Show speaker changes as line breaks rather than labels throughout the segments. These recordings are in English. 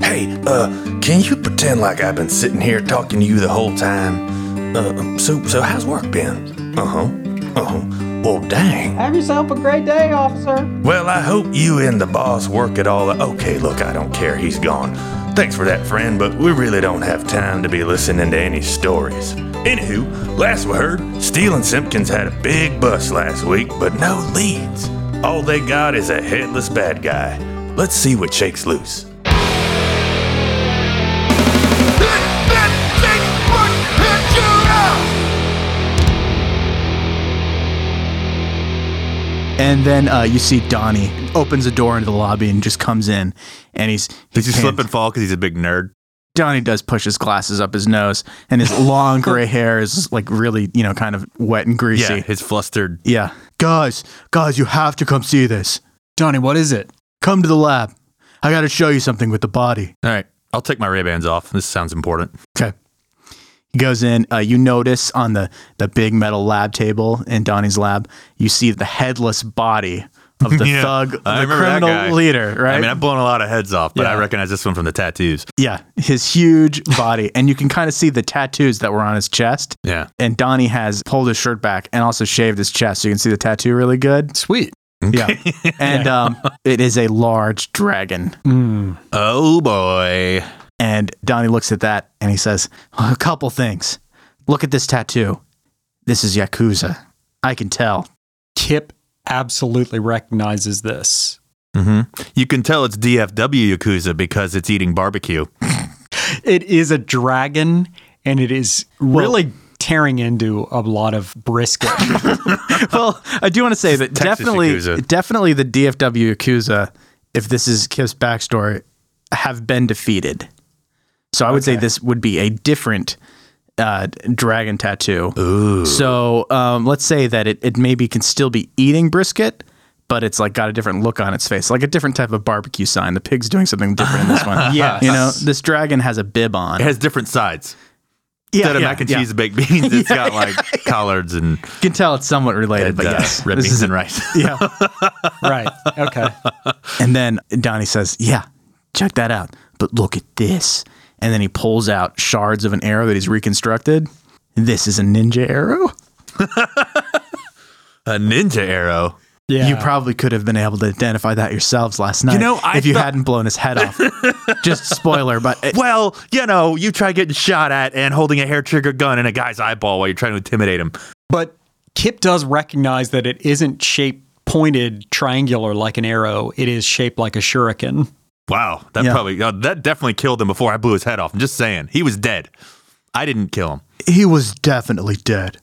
Hey, uh, can you pretend like I've been sitting here talking to you the whole time? Uh, so, so how's work been? Uh huh. Uh huh. Well, dang.
Have yourself a great day, officer.
Well, I hope you and the boss work it all. Okay, look, I don't care. He's gone. Thanks for that, friend, but we really don't have time to be listening to any stories. Anywho, last we heard, Steele and Simpkins had a big bust last week, but no leads. All they got is a headless bad guy. Let's see what shakes loose.
And then uh, you see Donnie opens the door into the lobby and just comes in, and he's
Does he
he's
slip and fall because he's a big nerd?
Donnie does push his glasses up his nose, and his long gray hair is like really you know kind of wet and greasy.
Yeah, his flustered.
Yeah. Guys, guys, you have to come see this. Donnie, what is it? Come to the lab. I got to show you something with the body.
All right, I'll take my Ray Bans off. This sounds important.
Okay. He goes in. Uh, you notice on the, the big metal lab table in Donnie's lab, you see the headless body of the
Yeah,
thug, the
I remember that guy.
criminal leader, right?
I mean, I've blown a lot of heads off, but I
Yeah.
recognize this one from the tattoos.
yeah, his huge body. and you can kind of see the tattoos that were on his chest.
Yeah.
And Donnie has pulled his shirt back and also shaved his chest. So you can see the tattoo really good.
Sweet.
Yeah. and um, it is a large dragon.
Oh boy.
And Donnie looks at that and he says, A couple things. Look at this tattoo. This is Yakuza. I can tell.
Kip absolutely recognizes this.
hmm You can tell it's DFW Yakuza because it's eating barbecue.
It is a dragon and it is really tearing into a lot of brisket.
well, I do want to say that
Texas
definitely,
Yakuza.
definitely the DFW Yakuza, if this is Kip's backstory, have been defeated. So I would say this would be a different uh, dragon tattoo. Ooh. So um, let's say that it, it maybe can still be eating brisket, but it's like got a different look on its face, like a different type of barbecue sign. The pig's doing something different in this one.
Yes.
You know, this dragon has a bib on.
It has different sides.
Yeah,
Instead of
yeah,
mac and
yeah.
cheese and baked beans, it's got like collards and,
You can tell it's somewhat related,
and
but
uh,
yes.
red
this
beans
is
and rice.
yeah.
right. Okay.
And then Donnie says, Yeah, check that out. But look at this. And then he pulls out shards of an arrow that he's reconstructed. This is a ninja arrow.
a ninja arrow.
Yeah.
You probably could have been able to identify that yourselves last night.
know, I
if you
thought-
hadn't blown his head off. Just spoiler, but it-
Well, you know, you try getting shot at and holding a hair trigger gun in a guy's eyeball while you're trying to intimidate him.
But Kip does recognize that it isn't shaped pointed triangular like an arrow. It is shaped like a shuriken.
Wow, that
Yeah.
probably uh, that definitely killed him before I blew his head off. I'm just saying, he was dead. I didn't kill him.
he was definitely dead.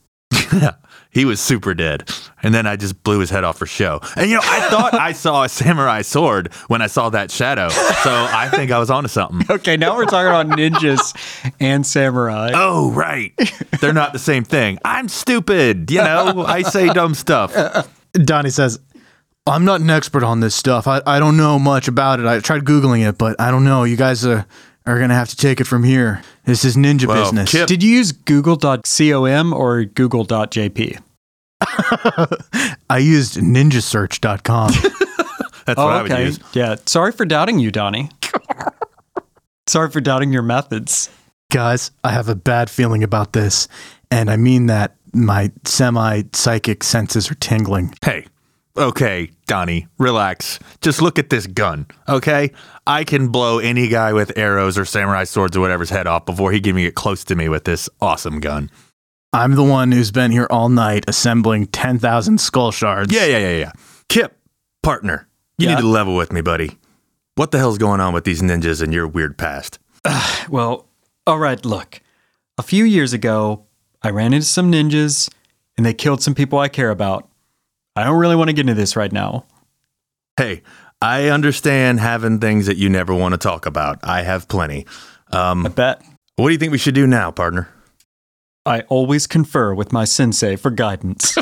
He was super dead. And then I just blew his head off for show. And you know, I thought I saw a samurai sword when I saw that shadow. So I think I was onto something.
Okay, now we're talking about ninjas and samurai.
Uh,
Oh, right. They're not the same thing. I'm stupid. You know, I say dumb stuff.
Donnie says, I'm not an expert on this stuff. I, I don't know much about it. I tried Googling it, but I don't know. You guys are, are going to have to take it from here. This is ninja
Well,
business.
Kip-
Did you use google.com or google.jp?
I used ninjasearch.com.
That's
Oh,
what I would
okay.
use.
Yeah. Sorry for doubting you, Donnie. Sorry for doubting your methods.
guys, I have a bad feeling about this. And I mean that my semi psychic senses are tingling.
Hey, okay, Donnie, relax. Just look at this gun, okay? I can blow any guy with arrows or samurai swords or whatever's head off before he can even get close to me with this awesome gun.
I'm the one who's been here all night assembling 10,000 skull shards.
Yeah, yeah, yeah, yeah. Kip, partner, you need to level with me, buddy. What the hell's going on with these ninjas and your weird past?
Well, all right, look. A few years ago, I ran into some ninjas and they killed some people I care about. I don't really want to get into this right now.
Hey, I understand having things that you never want to talk about. I have plenty. Um.
I bet
What do you think we should do now, partner?
I always confer with my sensei for guidance.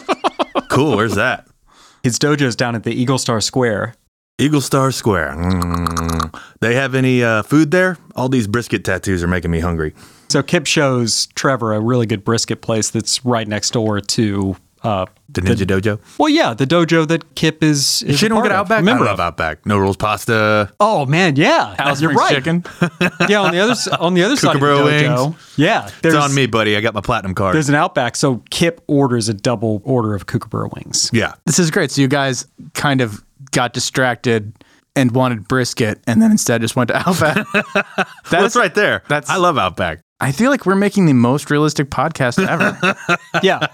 Cool, where's that?
His dojo's down at the Eagle Star Square.
Eagle Star Square. Mm. They have any uh, food there? All these brisket tattoos are making me hungry.
So Kip shows Trevor a really good brisket place that's right next door to Uh,
The Ninja Dojo.
well, yeah, the dojo that Kip is. is
She
a
don't
part
get
of.
Outback. I
Member
love
of.
Outback. No rules pasta.
Oh man, yeah,
Alice
you're
Springs
right.
chicken.
Yeah, on the other s- on the other side of the
Kookaburra
dojo.
wings.
Yeah,
It's on me, buddy. I got my platinum card.
There's an outback, so Kip orders a double order of kookaburra wings.
Yeah.
This is great. So you guys kind of got distracted and wanted brisket, and then instead just went to Outback.
That's right there.
that's-
I love Outback.
I feel like we're making the most realistic podcast ever.
Yeah,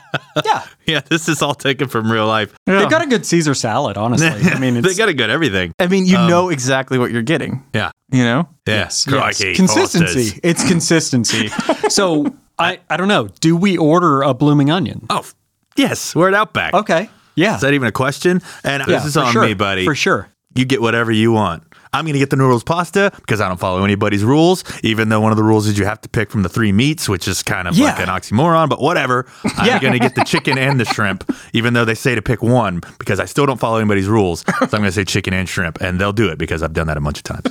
yeah.
Yeah, this is all taken from real life.
They've got a good Caesar salad, honestly. I mean,
they
it's,
got a good everything.
I mean, you know exactly what you're getting.
Yeah.
You know,
Yes.
yes, consistency. It's consistency. so I, I don't know. Do we order a blooming onion?
Oh, f- yes. We're at Outback.
Okay, yeah,
Is that even a question? And
yeah,
this is
for
on
sure,
me, buddy.
for sure.
You get whatever you want. I'm going to get the noodles pasta because I don't follow anybody's rules, even though one of the rules is you have to pick from the three meats, which is kind of like
Yeah.
an oxymoron, but whatever.
Yeah.
I'm going to get the chicken and the shrimp, even though they say to pick one because I still don't follow anybody's rules. So I'm going to say chicken and shrimp, and they'll do it because I've done that a bunch of times.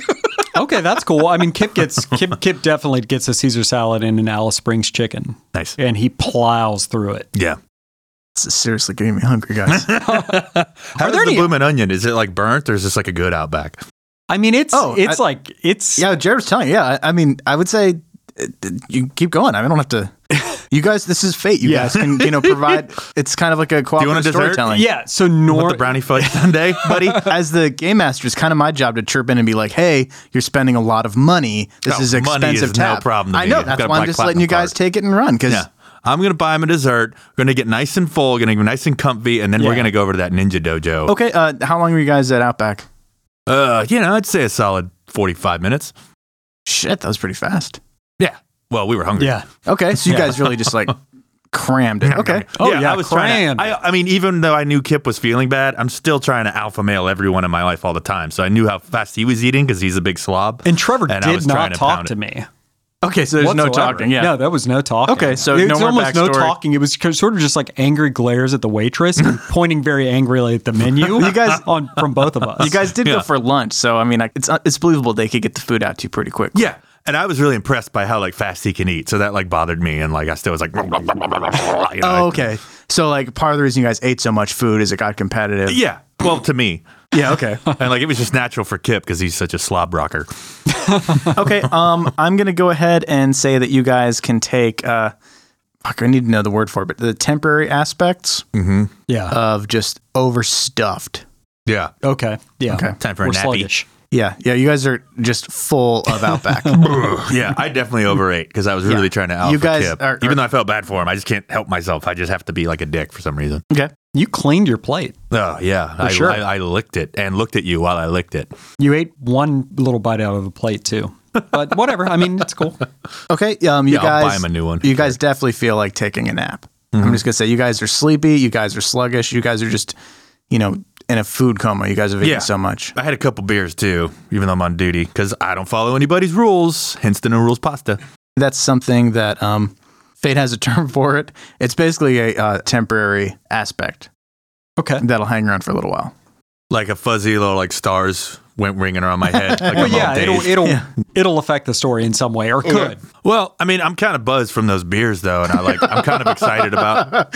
Okay, that's cool. I mean, Kip gets Kip, Kip definitely gets a Caesar salad and an Alice Springs chicken,
nice.
and he plows through it.
Yeah.
this is seriously getting me hungry, guys.
How
Are there
does the
any-
blooming onion? Is it like burnt or is this like a good outback?
I mean, it's
Oh,
it's
I-
like it's
yeah, Jared's telling you. Yeah, I, I mean, I would say uh, you keep going. I, mean, I don't have to. You guys, this is fate. You
Yeah.
guys can, you know, provide. It's kind of like a
want a
cooperative
dessert?
storytelling.
yeah. So
With
Nor
the brownie fudge sundae, buddy?
As the game master, it's kind of my job to chirp in and be like, "Hey, you're spending a lot of money. This
No,
is
Oh, money
expensive
is no
tab."
problem to
I
me.
know.
I've
That's
got a
why I'm
black
just letting you
platinum
guys take it and run because
Yeah. I'm gonna buy him a dessert. We're gonna get nice and full. Gonna get nice and comfy, and then we're
Yeah.
gonna go over to that ninja dojo.
Okay, uh, how long were you guys at Outback?
Uh, you know, I'd say a solid 45 minutes.
Shit, that was pretty fast.
Yeah. Well, we were hungry.
yeah.
Okay, so you guys really just like crammed it. Okay.
Oh, yeah,
I was trying.
crammed.
To, I, I mean, even though I knew Kip was feeling bad, I'm still trying to alpha male everyone in my life all the time. So I knew how fast he was eating because he's a big slob.
And Trevor
And I
did
was trying
not
to
talk
pound
to
it.
me.
Okay, so there's no
whatsoever.
talking. Yeah.
No, there was no talking.
Okay, so
it
no
was
more
almost no
backstory.
talking. It was co- sort of just like angry glares at the waitress and pointing very angrily at the menu. you
guys-
on from both of us.
You guys did
Yeah.
go for lunch, so I mean, I- it's uh, it's believable they could get the food out to you pretty quick.
yeah. And I was really impressed by how like fast he can eat. So that like bothered me, and like I still was like, you know,
Oh,
like-
okay. So like part of the reason you guys ate so much food is it got competitive.
yeah. Well, to me,
Yeah. Okay.
and like it was just natural for Kip because he's such a slob rocker.
okay. Um, I'm gonna go ahead and say that you guys can take. Uh, fuck, I need to know the word for it, but the temporary aspects
yeah.
of just overstuffed.
Yeah.
okay. Yeah.
okay.
Time for
We're
a nappy.
sluggish.
Yeah. Yeah. You guys are just full of Outback.
yeah, I definitely overate because I was really
Yeah.
trying to alpha
You guys
Kip.
are-
Even
are-
though I felt bad for him, I just can't help myself. I just have to be like a dick for some reason.
okay.
You cleaned your plate.
Oh yeah, I,
sure.
I, I licked it and looked at you while I licked it.
You ate one little bite out of the plate too. But whatever. I mean, it's cool.
Okay, um, you
Yeah, I'll
guys,
buy him a new one. Mm-hmm.
You guys definitely feel like taking a nap. I'm just gonna say, you guys are sleepy. You guys are sluggish. You guys are just, you know, in a food coma. You guys have eaten
Yeah.
so much.
I had a couple beers too, even though I'm on duty because I don't follow anybody's rules. Hence the no rules pasta.
That's something that um, fate has a term for it. It's basically a uh, temporary aspect
Okay.
that'll hang around for a little while.
Like a fuzzy little like stars went ringing around my head. Like
Well,
I'm all
yeah, it'll
dazed.
it'll
Yeah. Oh,
it'll affect the story in some way or could.
well, I mean, I'm kind of buzzed from those beers though, and I like I'm kind of excited about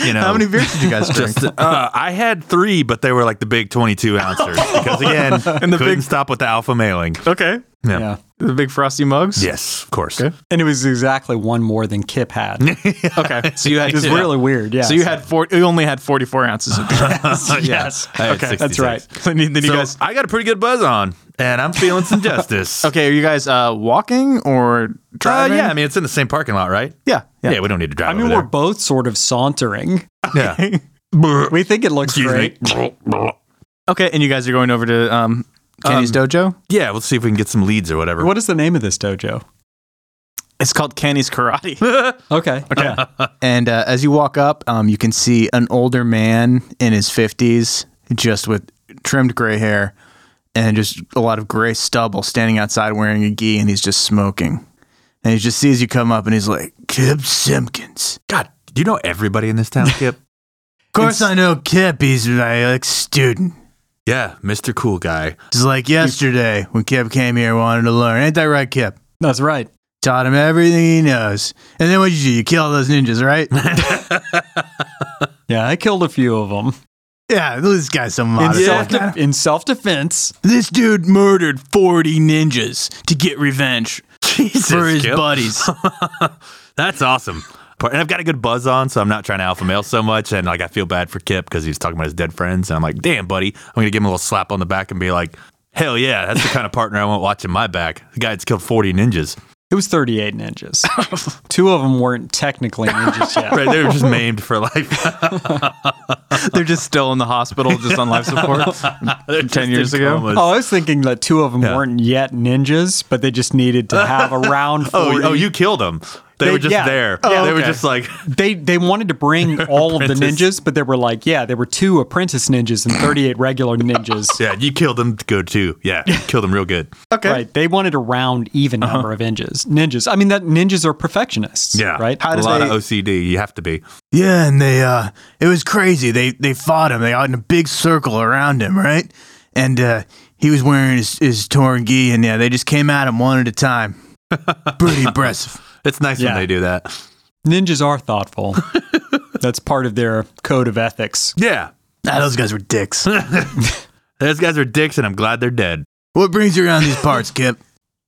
you know
How many beers did you guys drink?
Just, uh, I had three, but they were like the big 22 ounces
Oh,
because again, and the couldn't stop with the alpha mailing.
okay,
Yeah.
Yeah.
the big frosty mugs.
Yes, of course.
Okay.
And it was exactly one more than Kip had. It
Okay, so you had
was really weird. Yeah.
so you had four. You only had 44 ounces of beer.
yes.
I had
Okay. That's
66.
right.
then you
So I got a pretty good buzz on, and I'm feeling some justice.
okay, are you guys uh, walking or
Uh,
driving?
yeah, I mean, it's in the same parking lot, right?
yeah,
Yeah, we don't need to drive.
I mean, we're
over
both sort of sauntering.
there. yeah.
We think it looks
Excuse
great.
me.
Okay, and you guys are going over to um, Kenny's Dojo.
Yeah, we'll see if we can get some leads or whatever.
What is the name of this dojo?
It's called Kenny's Karate.
Okay. Yeah.
and uh, as you walk up, um, you can see an older man in his fifties, just with trimmed gray hair and just a lot of gray stubble, standing outside wearing a gi, and he's just smoking. And he just sees you come up, and he's like, "Kip Simpkins."
God, do you know everybody in this town, Kip?
Of course, I know Kip. He's my ex student.
yeah, Mr. Cool Guy.
It's like yesterday when Kip came here, wanted to learn. Ain't that right, Kip?
That's right.
taught him everything he knows. And then what did you do? You kill all those ninjas, right?
Yeah, I killed a few of them
yeah, this guy's some
in,
modest.
self de- in self defense.
This dude murdered 40 ninjas to get revenge
Jesus,
for his
Gil.
buddies.
That's awesome. And I've got a good buzz on, so I'm not trying to alpha male so much. And like, I feel bad for Kip because he's talking about his dead friends. And I'm like, damn, buddy, I'm gonna give him a little slap on the back and be like, hell yeah, that's the kind of partner I want watching my back. The guy that's killed 40 ninjas.
It was 38 ninjas. Two of them weren't technically ninjas yet.
Right, they were just maimed for life.
They're just still in the hospital, just on life support.
They're just in
years ago?
comas.
Oh, I was thinking that two of them weren't yet ninjas, but they just needed to have around 40.
Oh, oh, you killed them. They,
They-
were just
yeah.
there.
Oh,
they were
okay.
just like,
They they wanted to bring all of the
Apprentice.
ninjas, but they were like, yeah, there were two apprentice ninjas and 38 regular ninjas.
yeah, you killed them good too. Yeah, you killed them real good.
Okay. Uh-huh.
Right. They wanted a round, even number of ninjas. Ninjas. I mean, that ninjas are perfectionists.
Yeah.
Right.
How
a
does
lot
they-
of OCD. You have to be.
Yeah, and they uh it was crazy. They they fought him. They out in a big circle around him, right? And uh he was wearing his, his torn gi and yeah, they just came at him one at a time. Pretty impressive.
It's nice
Yeah.
when they do that.
ninjas are thoughtful. That's part of their code of ethics.
Yeah,
Nah, those guys were dicks.
those guys are dicks, and I'm glad they're dead.
what brings you around these parts, Kip?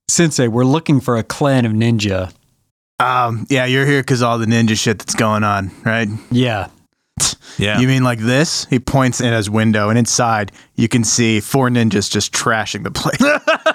Sensei, we're looking for a clan of ninja.
Um, yeah, you're here because all the ninja shit that's going on, right?
Yeah.
Yeah,
You mean like this? He points in his window, and inside you can see four ninjas just trashing the place.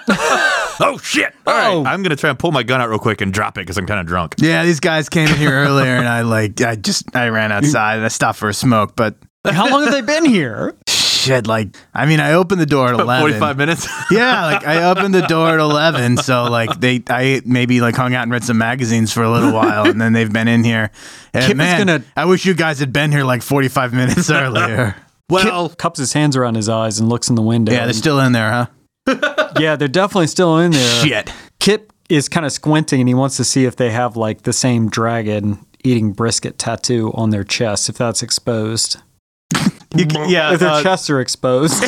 Oh shit! All right,
Oh.
I'm gonna try and pull my gun out real quick and drop it because I'm kind of drunk.
yeah, these guys came in here earlier, and I like, I just, I ran outside and I stopped for a smoke, but
Oh, How long have they been here?
shit, like, I mean, I opened the door at eleven.
45 minutes.
Yeah, like I opened the door at eleven, so like they, I maybe like hung out and read some magazines for a little while, and then they've been in here. And
Kip is
man,
gonna-
I wish you guys had been here like forty-five minutes earlier.
well,
Cups his hands around his eyes and looks in the window.
yeah, they're still in there, huh?
yeah, they're definitely still in there.
Shit.
Kip is kind of squinting and he wants to see if they have like the same dragon eating brisket tattoo on their chest, if that's exposed.
You can- yeah,
if their
uh,
chests are exposed.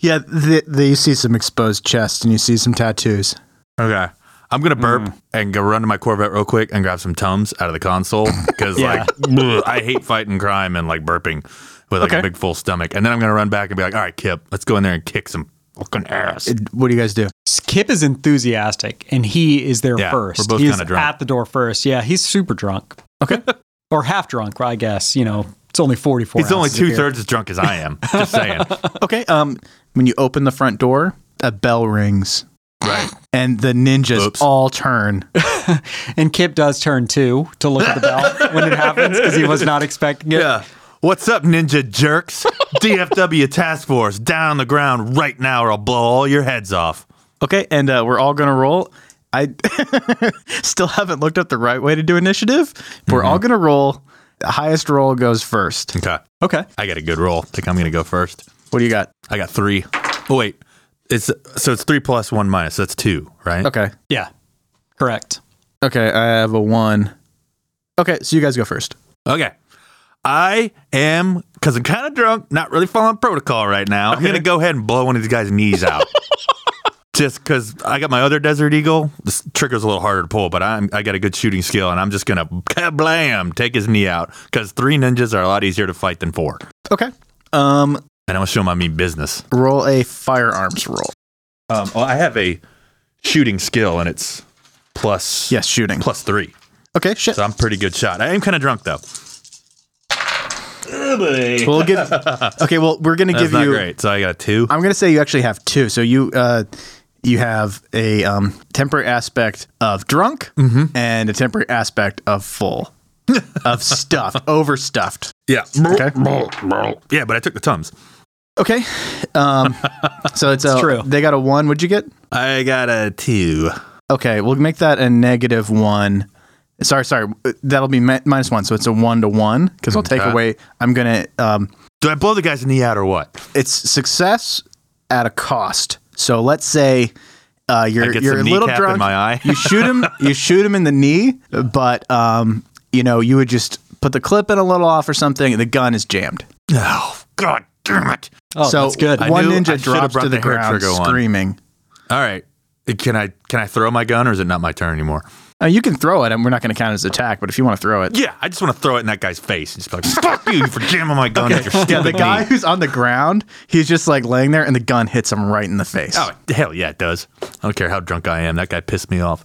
Yeah, the, the, you see some exposed chest and you see some tattoos.
okay. I'm gonna burp and go run to my Corvette real quick and grab some tums out of the console because
Yeah.
like bleh, I hate fighting crime and like burping with like a
Okay.
big full stomach. And then I'm gonna run back and be like, all right, Kip, let's go in there and kick some fucking ass.
What do you guys do?
Kip is enthusiastic and he is there
Yeah, we're
1st
both
he is
kinda drunk.
at the door first. Yeah, he's super drunk.
Okay.
Or half drunk, I guess. You know, it's only 44.
He's only
ounces of
two
beer.
thirds as drunk as I am. Just saying.
okay. Um, when you open the front door, a bell rings.
Right.
And the ninjas
Oops.
all turn.
And Kip does turn too to look at the bell when it happens because he was not expecting it.
Yeah. What's up, ninja jerks? DFW task force down on the ground right now, or I'll blow all your heads off.
Okay, and uh, we're all gonna roll. I still haven't looked up the right way to do initiative. We're
Mm-hmm.
all gonna roll. The highest roll goes first.
Okay.
Okay.
I got a good roll. I think I'm gonna go first.
What do you got?
I got three. Oh wait, it's so it's three plus one minus. That's two, right?
Okay.
Yeah. Correct.
Okay, I have a one. Okay, so you guys go first.
Okay. I am because I'm kind of drunk, not really following protocol right now. I'm gonna go ahead and blow one of these guys' knees out. just because I got my other Desert Eagle. This trigger's a little harder to pull, but I'm I got a good shooting skill, and I'm just gonna kablam take his knee out because three ninjas are a lot easier to fight than four.
Okay. Um,
And I'm gonna show 'em I mean business.
roll a firearms roll.
Um, well, I have a shooting skill, and it's plus
Yes, shooting.
plus three.
Okay, shit.
So I'm pretty good shot. I am kind of drunk though.
We'll give. Okay, well, we're gonna
That's
give
not
you.
great. So I got a two.
I'm gonna say you actually have two. So you uh, you have a um, temperate aspect of drunk
Mm-hmm.
and a temperate aspect of full, of stuffed, overstuffed.
yeah.
Okay.
Yeah, but I took the tums.
Okay. Um, so it's, a,
true.
They got a one. What'd you get?
I got a two.
Okay, we'll make that a negative one. Sorry, sorry. uh, That'll be mi- minus one. So it's a one to one because I'll take
Okay.
away. I'm gonna. Um,
Do I blow the guy's knee out or what?
it's success at a cost. So let's say uh,
I
you're
get
you're a
some
little
kneecap in
drunk.
my eye.
you shoot him. You shoot him in the knee, but um, you know you would just put the clip in a little off or something. The gun is jammed.
Oh, god damn it.
Oh,
so
that's good.
I
One
knew I
ninja
should've
drops
brought
to the,
the hair
ground
trigger one.
screaming.
All right. Can I can I throw my gun or is it not my turn anymore?
Uh, you can throw it, and we're not going to count it as attack. But if you want to throw it,
Yeah, I just want to throw it in that guy's face. Just be like, fuck you for jamming my gun at your stupid
yeah, the guy
knee."
who's on the ground, he's just like laying there, and the gun hits him right in the face.
Oh hell yeah, it does. I don't care how drunk I am. That guy pissed me off.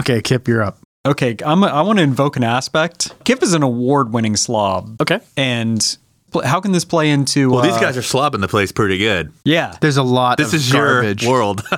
Okay, Kip, you're up.
Okay, I'm a, I want to invoke an aspect. Kip is an award-winning slob.
Okay.
and pl- how can this play into?
Well, these
uh,
guys are slobbing the place pretty good.
yeah,
There's a lot.
This
of
is
garbage.
your world.
Yeah,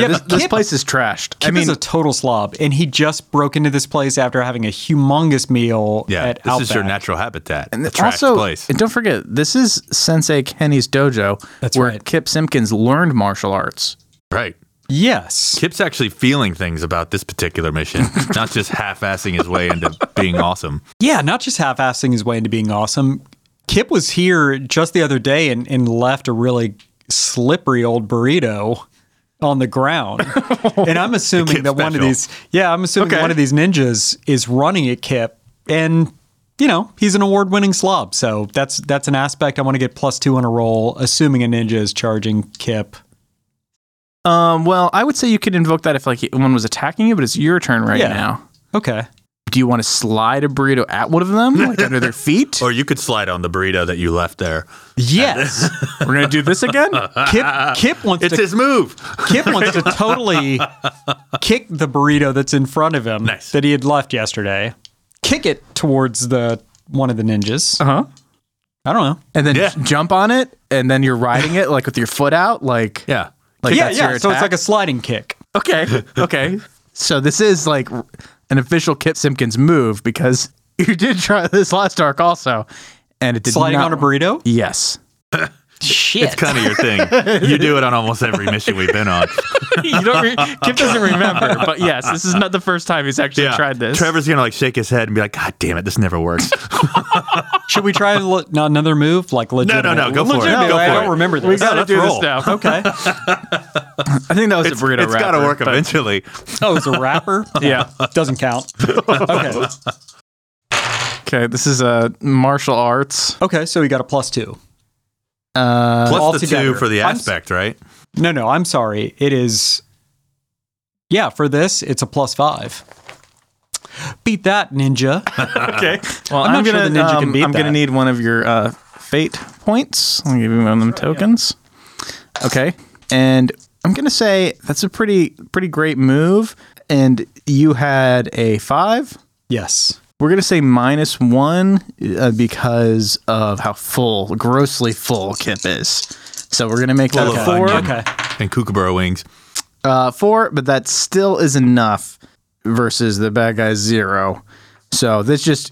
Yeah,
this,
but
this
Kip-
place is trashed.
Kip
I mean,
is a total slob, and he just broke into this place after having a humongous meal
yeah,
at
this is your
Outback.
natural habitat. And
and
the
th-
trash
also,
place.
and don't forget, this is Sensei Kenny's dojo,
That's
where
right.
Kip Simpkins learned martial arts.
Right.
Yes.
Kip's actually feeling things about this particular mission, not just half-assing his way into being awesome.
Yeah, not just half-assing his way into being awesome. Kip was here just the other day and, and left a really slippery old burrito on the ground. and I'm assuming
Kip
that one of
special.
these yeah, I'm assuming
Okay.
one of these ninjas is running at Kip and you know, he's an award-winning slob. So that's that's an aspect I want to get plus 2 on a roll assuming a ninja is charging Kip.
Um, well, I would say you could invoke that if like one was attacking you, but it's your turn right
Yeah.
now.
Okay.
Do you want to slide a burrito at one of them, like under their
Oh,
feet?
Or you could slide on the burrito that you left there.
Yes.
We're gonna do this again.
Kip Kip wants
It's
to
his move.
Kip wants to totally kick the burrito that's in front of him
Nice.
that he had left yesterday. Kick it towards the one of the ninjas.
Uh huh.
I don't know.
And then
Yeah.
j- jump on it, and then you're riding it like with your foot out, like
Yeah.
Like
yeah,
that's
yeah.
your
So it's
attack?
like a sliding kick.
Okay. Okay. so this is like r- an official Kip Simpkins move because you did try this last arc also, and it did
Sliding
not-
on a burrito?
Yes.
Shit.
It's kind of your thing. You do it on almost every mission we've been on.
you don't. Re- Kip doesn't remember, but yes, this is not the first time he's actually tried this.
Trevor's gonna like shake his head and be like, "God damn it, this never works."
Should we try le- no, another move? Like
no,
legitimate?
no, go for it.
Legitimate,
Go
I
for
don't
it.
remember
we
this.
gotta
let's
do
roll.
this now.
okay.
I think that was a burrito.
it's got to
wrapper,
work
but-
eventually.
Oh, it's a wrapper?
Yeah.
Doesn't count. Okay.
Okay. This is uh, martial arts.
Okay, so we got a plus two.
Uh,
Plus
all
the
together.
two for the
I'm s-
aspect, right?
No, no, I'm sorry. It is. Yeah, for this, it's a plus five. Beat that, ninja.
okay. Well,
I'm
I'm,
not sure
gonna.
the ninja can
um,
beat
I'm gonna
that.
need one of your uh, fate points. I'll give you one of them tokens. Okay. And I'm gonna say that's a pretty pretty great move. And you had a five.
Yes.
We're gonna say minus one uh, because of how full, grossly full Kip is. So we're gonna make that
Full
a
of
four.
onion
Okay.
And kookaburra wings.
Uh, four, but that still is enough versus the bad guy's zero. So this just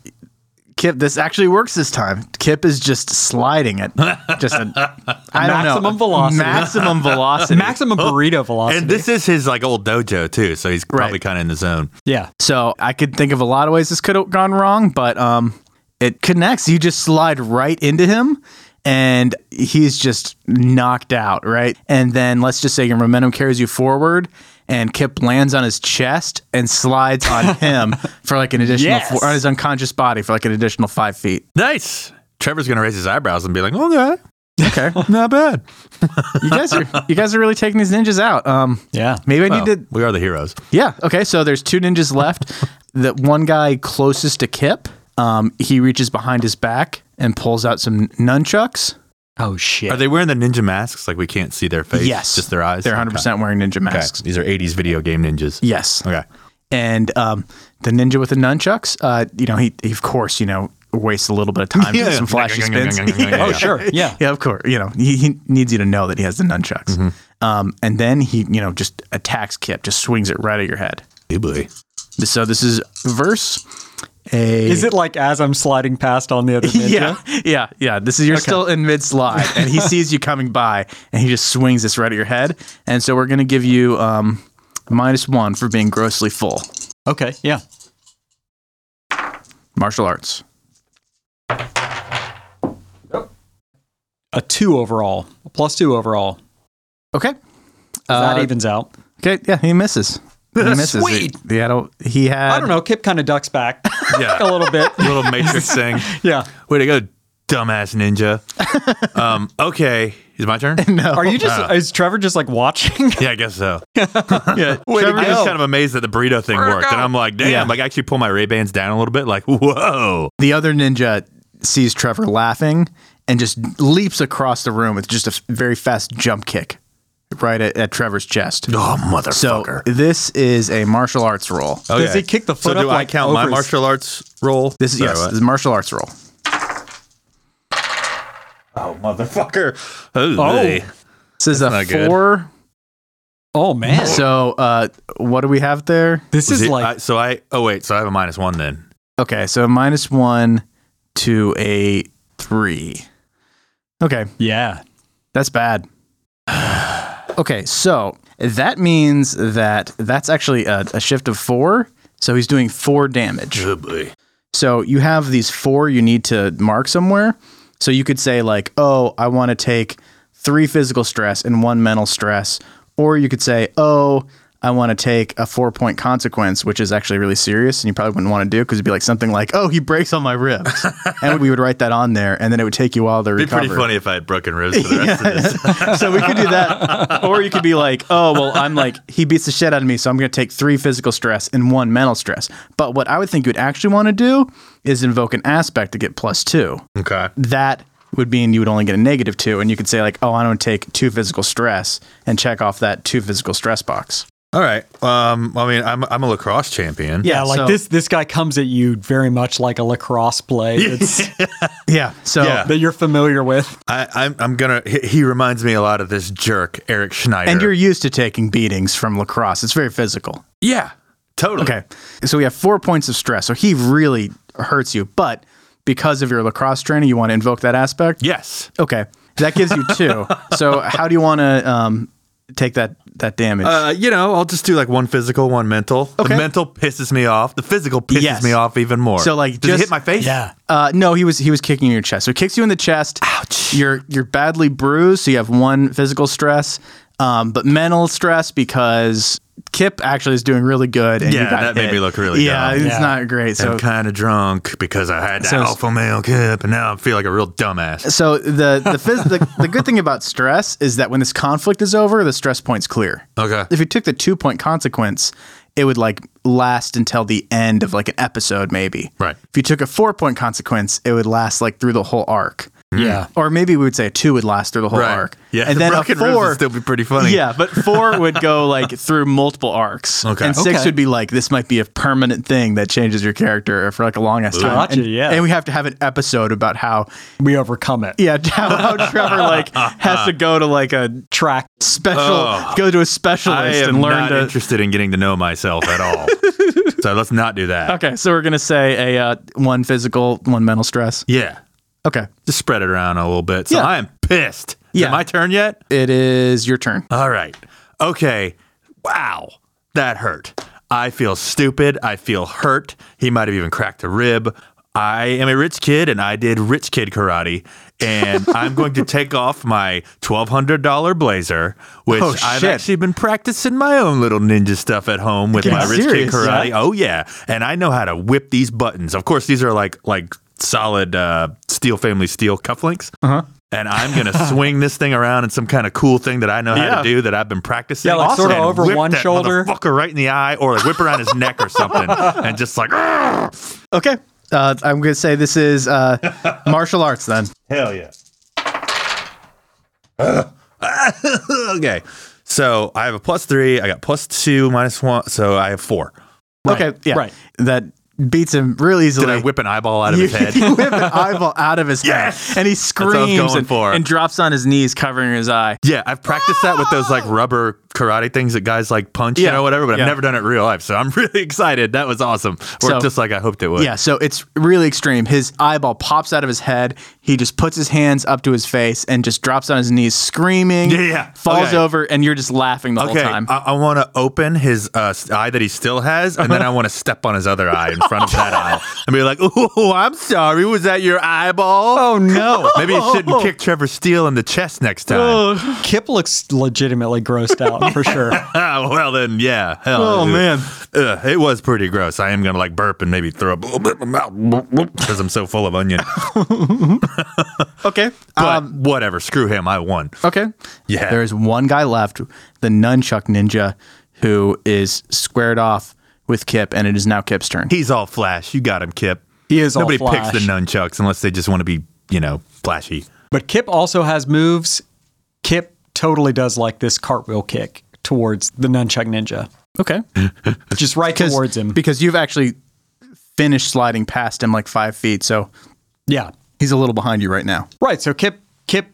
Kip. This actually works this time. Kip is just sliding it. Just a, I don't know,
Maximum velocity.
Maximum velocity. Oh,
Maximum burrito velocity.
And this is his like old dojo too, so he's probably
Right.
kind of in the zone.
yeah.
so I could think of a lot of ways this could have gone wrong, but um, it connects. You just slide right into him. And he's just knocked out, right? And then let's just say your momentum carries you forward, and Kip lands on his chest and slides on him for like an additional,
Yes.
four, on his unconscious body for like an additional five feet.
Nice. Trevor's gonna raise his eyebrows and be like, "Okay,
Okay,
not bad."
you guys are you guys are really taking these ninjas out. Um,
Yeah.
maybe I
Well,
need to.
we are the heroes.
Yeah. Okay. So there's two ninjas left. the one guy closest to Kip, um, he reaches behind his back and pulls out some nunchucks.
Oh shit.
Are they wearing the ninja masks? Like we can't see their face.
Yes.
just their eyes.
They're 100 percent wearing ninja
Okay.
masks.
These are '80s video game ninjas.
Yes.
Okay.
And um, the ninja with the nunchucks, uh, you know, he, he of course, you know, wastes a little bit of time doing
Yeah.
some flashy spins.
Oh,
sure. Yeah.
yeah, of course. You know, he, he needs you to know that he has the nunchucks.
Mm-hmm.
Um, and then he, you know, just attacks Kip, just swings it right at your head.
Hey, boy.
So this is verse a.
Is it like as I'm sliding past on the other ninja?
Yeah, yeah, yeah. This is you're still in mid slide, and he sees you coming by, and he just swings this right at your head. And so we're gonna give you um, minus one for being grossly full.
Okay. Yeah.
Martial arts.
A two overall. A plus two overall.
Okay.
that e-
Uh,
evens out.
Okay. Yeah, he misses. He misses.
Sweet.
The, the adult. He had.
I don't know. Kip kind of ducks back
Yeah.
a little bit.
Little Matrix thing.
Yeah.
Way to go, dumbass ninja. um, okay, is my turn?
Are you
Uh.
just? Is Trevor just like watching?
Yeah, I guess so. yeah, Trevor
go.
was kind of amazed that the burrito thing worked, and I'm like, damn,
Yeah.
like I actually pull my Ray Bans down a little bit, like, whoa.
The other ninja sees Trevor laughing and just leaps across the room with just a f- very fast jump kick right at, at Trevor's chest.
Oh,
So
motherfucker.
this is a martial arts roll.
Oh.
Does he kick the
so
foot
do
up,
I
like,
count my
over his-
martial arts roll?
This is
Sorry,
yes,
what?
this is a martial arts roll.
oh, motherfucker. Oh,
Oh.
hey.
This is a
not good.
four.
Oh man,
So uh, what do we have there?
this is
Is it-
like
I- so I. Oh wait, so I have a minus one then.
Okay, so minus one to a three. Okay,
yeah.
that's bad. Okay, so that means that that's actually a, a shift of four. So he's doing four damage.
Good Oh, boy.
So you have these four you need to mark somewhere. So you could say like, "Oh, I want to take three physical stress and one mental stress," or you could say, "Oh, I want to take a four-point consequence," which is actually really serious, and you probably wouldn't want to do because it'd be like something like, "Oh, he breaks on my ribs," and we would write that on there, and then it would take you all the
It'd be
recover.
pretty funny if I had broken ribs for the rest of this.
so we could do that, or you could be like, "Oh, well, I'm like he beats the shit out of me, so I'm going to take three physical stress and one mental stress." But what I would think you'd actually want to do is invoke an aspect to get plus two.
Okay.
that would mean you would only get a negative two, and you could say like, "Oh, I don't take two physical stress," and check off that two physical stress box.
All right. Um. I mean, I'm I'm a lacrosse champion.
Yeah, like
so-
this. This guy comes at you very much like a lacrosse play that's,
Yeah. So
Yeah.
that you're familiar with.
I, I'm I'm gonna. He, he reminds me a lot of this jerk, Eric Schneider.
and you're used to taking beatings from lacrosse; it's very physical.
yeah, totally.
Okay. So we have four points of stress. So he really hurts you, but because of your lacrosse training, you want to invoke that aspect.
Yes.
Okay. That gives you two. so how do you want to um, take that that damage?
Uh, you know, I'll just do like one physical, one mental.
Okay.
The mental pisses me off. The physical pisses
Yes.
me off even more.
So, like,
does
just-
it hit my face?
Uh, no, he was he was kicking your chest. So he kicks you in the chest. Ouch. You're you're badly bruised, so you have one physical stress, um, but mental stress because Kip actually is doing really good. And you
Yeah,
got
that made
hit.
me look really
Yeah,
dumb.
it's
Yeah.
not great. So
I'm kind of drunk because I had the
So-
alpha male kip, and now I feel like a real dumbass.
so the the, phys- the the good thing about stress is that when this conflict is over, the stress point's clear.
Okay.
If you took the two point consequence, it would like last until the end of like an episode, maybe.
Right.
If you took a four point consequence, it would last like through the whole arc.
Yeah.
or maybe we would say a two would last through the whole arc.
Mm. Yeah.
and then a
broken ribs would
four.
still be pretty funny.
Yeah, but four would go like through multiple arcs.
Okay.
And six
Okay.
would be like this might be a permanent thing that changes your character for like a long ass time.
Gotcha,
and,
yeah.
and we have to have an episode about how
We overcome it.
yeah how, how Trevor like has to go to like a
Track.
special
Oh.
go to a
I
specialist
am
and learn
not
to.
interested in getting to know myself at all. so let's not do that.
Okay, so we're gonna say a uh, one physical, one mental stress.
Yeah.
Okay,
Just spread it around a little bit. So
Yeah.
I am pissed. Is
Yeah.
it my turn yet?
it is your turn.
All right. Okay. Wow. That hurt. I feel stupid. I feel hurt. He might have even cracked a rib. I am a rich kid and I did rich kid karate. And I'm going to take off my $1,200 blazer, which
Oh,
I've
shit.
actually been practicing my own little ninja stuff at home with
Getting
my rich
serious,
kid karate.
yeah?
Oh, yeah. And I know how to whip these buttons. Of course, these are like, like, Solid uh, steel family steel cufflinks and I'm gonna swing this thing around in some kind of cool thing that I know how
Yeah.
to do that I've been practicing.
Yeah, like sorta
And
over
whip
one
that
shoulder.
motherfucker right in the eye, or like whip around his neck or something, and just like "Argh!"
Okay, uh, I'm gonna say this is uh, martial arts then.
hell yeah. okay, so I have a plus three. I got plus two, minus one, so I have four.
Okay, yeah,
right.
That beats him real easily.
Did I whip an eyeball out of
you,
his head?
you whip an eyeball out of his
Yes!
head, and he
what I was
screams
going
and,
for.
and drops on his knees, covering his eye.
Yeah, I've practiced that with those like rubber karate things that guys like punch,
Yeah.
you know, whatever. But
Yeah.
I've never done it in real life, so I'm really excited. That was awesome, or
So-
just like I hoped it would.
Yeah, so it's really extreme. His eyeball pops out of his head. He just puts his hands up to his face and just drops on his knees, screaming.
Yeah, yeah.
falls
Okay.
over, and you're just laughing the
Okay, Oh,
whole time.
I, I want to open his uh, s- eye that he still has, and then I want to step on his other eye in front of that eye and be like, "Oh, I'm sorry, was that your eyeball?"
Oh no.
Maybe you shouldn't kick Trevor Steele in the chest next time.
Kip looks legitimately grossed out. for sure.
Ah, well then, yeah. Hell,
Oh,
dude.
man.
Ugh, it was pretty gross. I am gonna like burp and maybe throw up a little bit in my mouth because I'm so full of onion.
Okay.
But
um,
whatever, screw him. I won.
okay.
Yeah.
There is one guy left, the nunchuck ninja, who is squared off with Kip, and it is now Kip's turn.
He's all flash. You got him, Kip.
He is all
Nobody
flash.
picks the nunchucks unless they just want to be, you know, flashy.
But Kip also has moves. Kip totally does like this cartwheel kick towards the nunchuck ninja,
okay.
just right towards him.
Because you've actually finished sliding past him like five feet, so
yeah,
he's a little behind you right now.
right. So Kip, Kip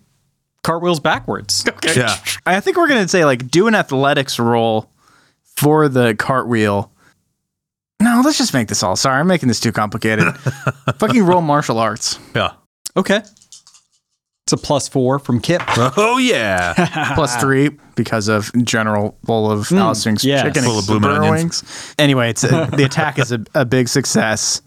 cartwheels backwards.
Yeah.
I think we're gonna say like do an athletics roll for the cartwheel. No, let's just make this all. Sorry, I'm making this too complicated. Fucking roll martial arts
Yeah.
Okay, it's a plus four from Kip.
Oh yeah.
plus three because of general bowl of mm,
yes.
chicken
Full of bloomin'
burger
onions.
wings. Anyway, it's a, the attack is a, a big success.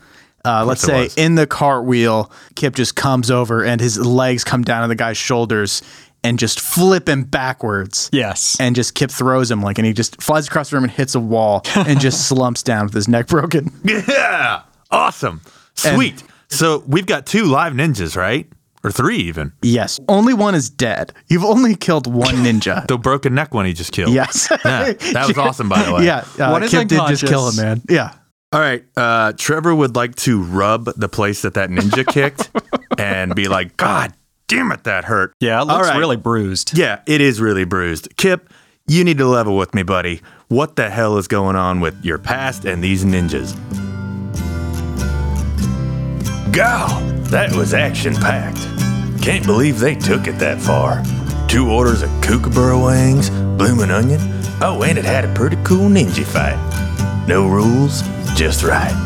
Uh, let's
it
say
was.
in the cartwheel, Kip just comes over and his legs come down on the guy's shoulders and just flip him backwards.
Yes.
and just Kip throws him like, and he just flies across the room and hits a wall and just slumps down with his neck broken.
yeah. Awesome. Sweet. so we've got two live ninjas, right? Or three even.
Yes, only one is dead. You've only killed one ninja.
The broken neck one he just killed.
yes,
Yeah, that was awesome, by the way.
yeah. Uh,
One is
Kip did just
unconscious.
kill him, man. Yeah,
All right. Uh, Trevor would like to rub the place that that ninja kicked and be like, God damn it, that hurt.
Yeah, it
All
looks
right.
really bruised.
Yeah, it is really bruised. Kip, you need to level with me, buddy. What the hell is going on with your past and these ninjas?
Gal, that was action packed. Can't believe they took it that far. Two orders of kookaburra wings, bloomin' onion. Oh, and it had a pretty cool ninja fight. No rules, just right.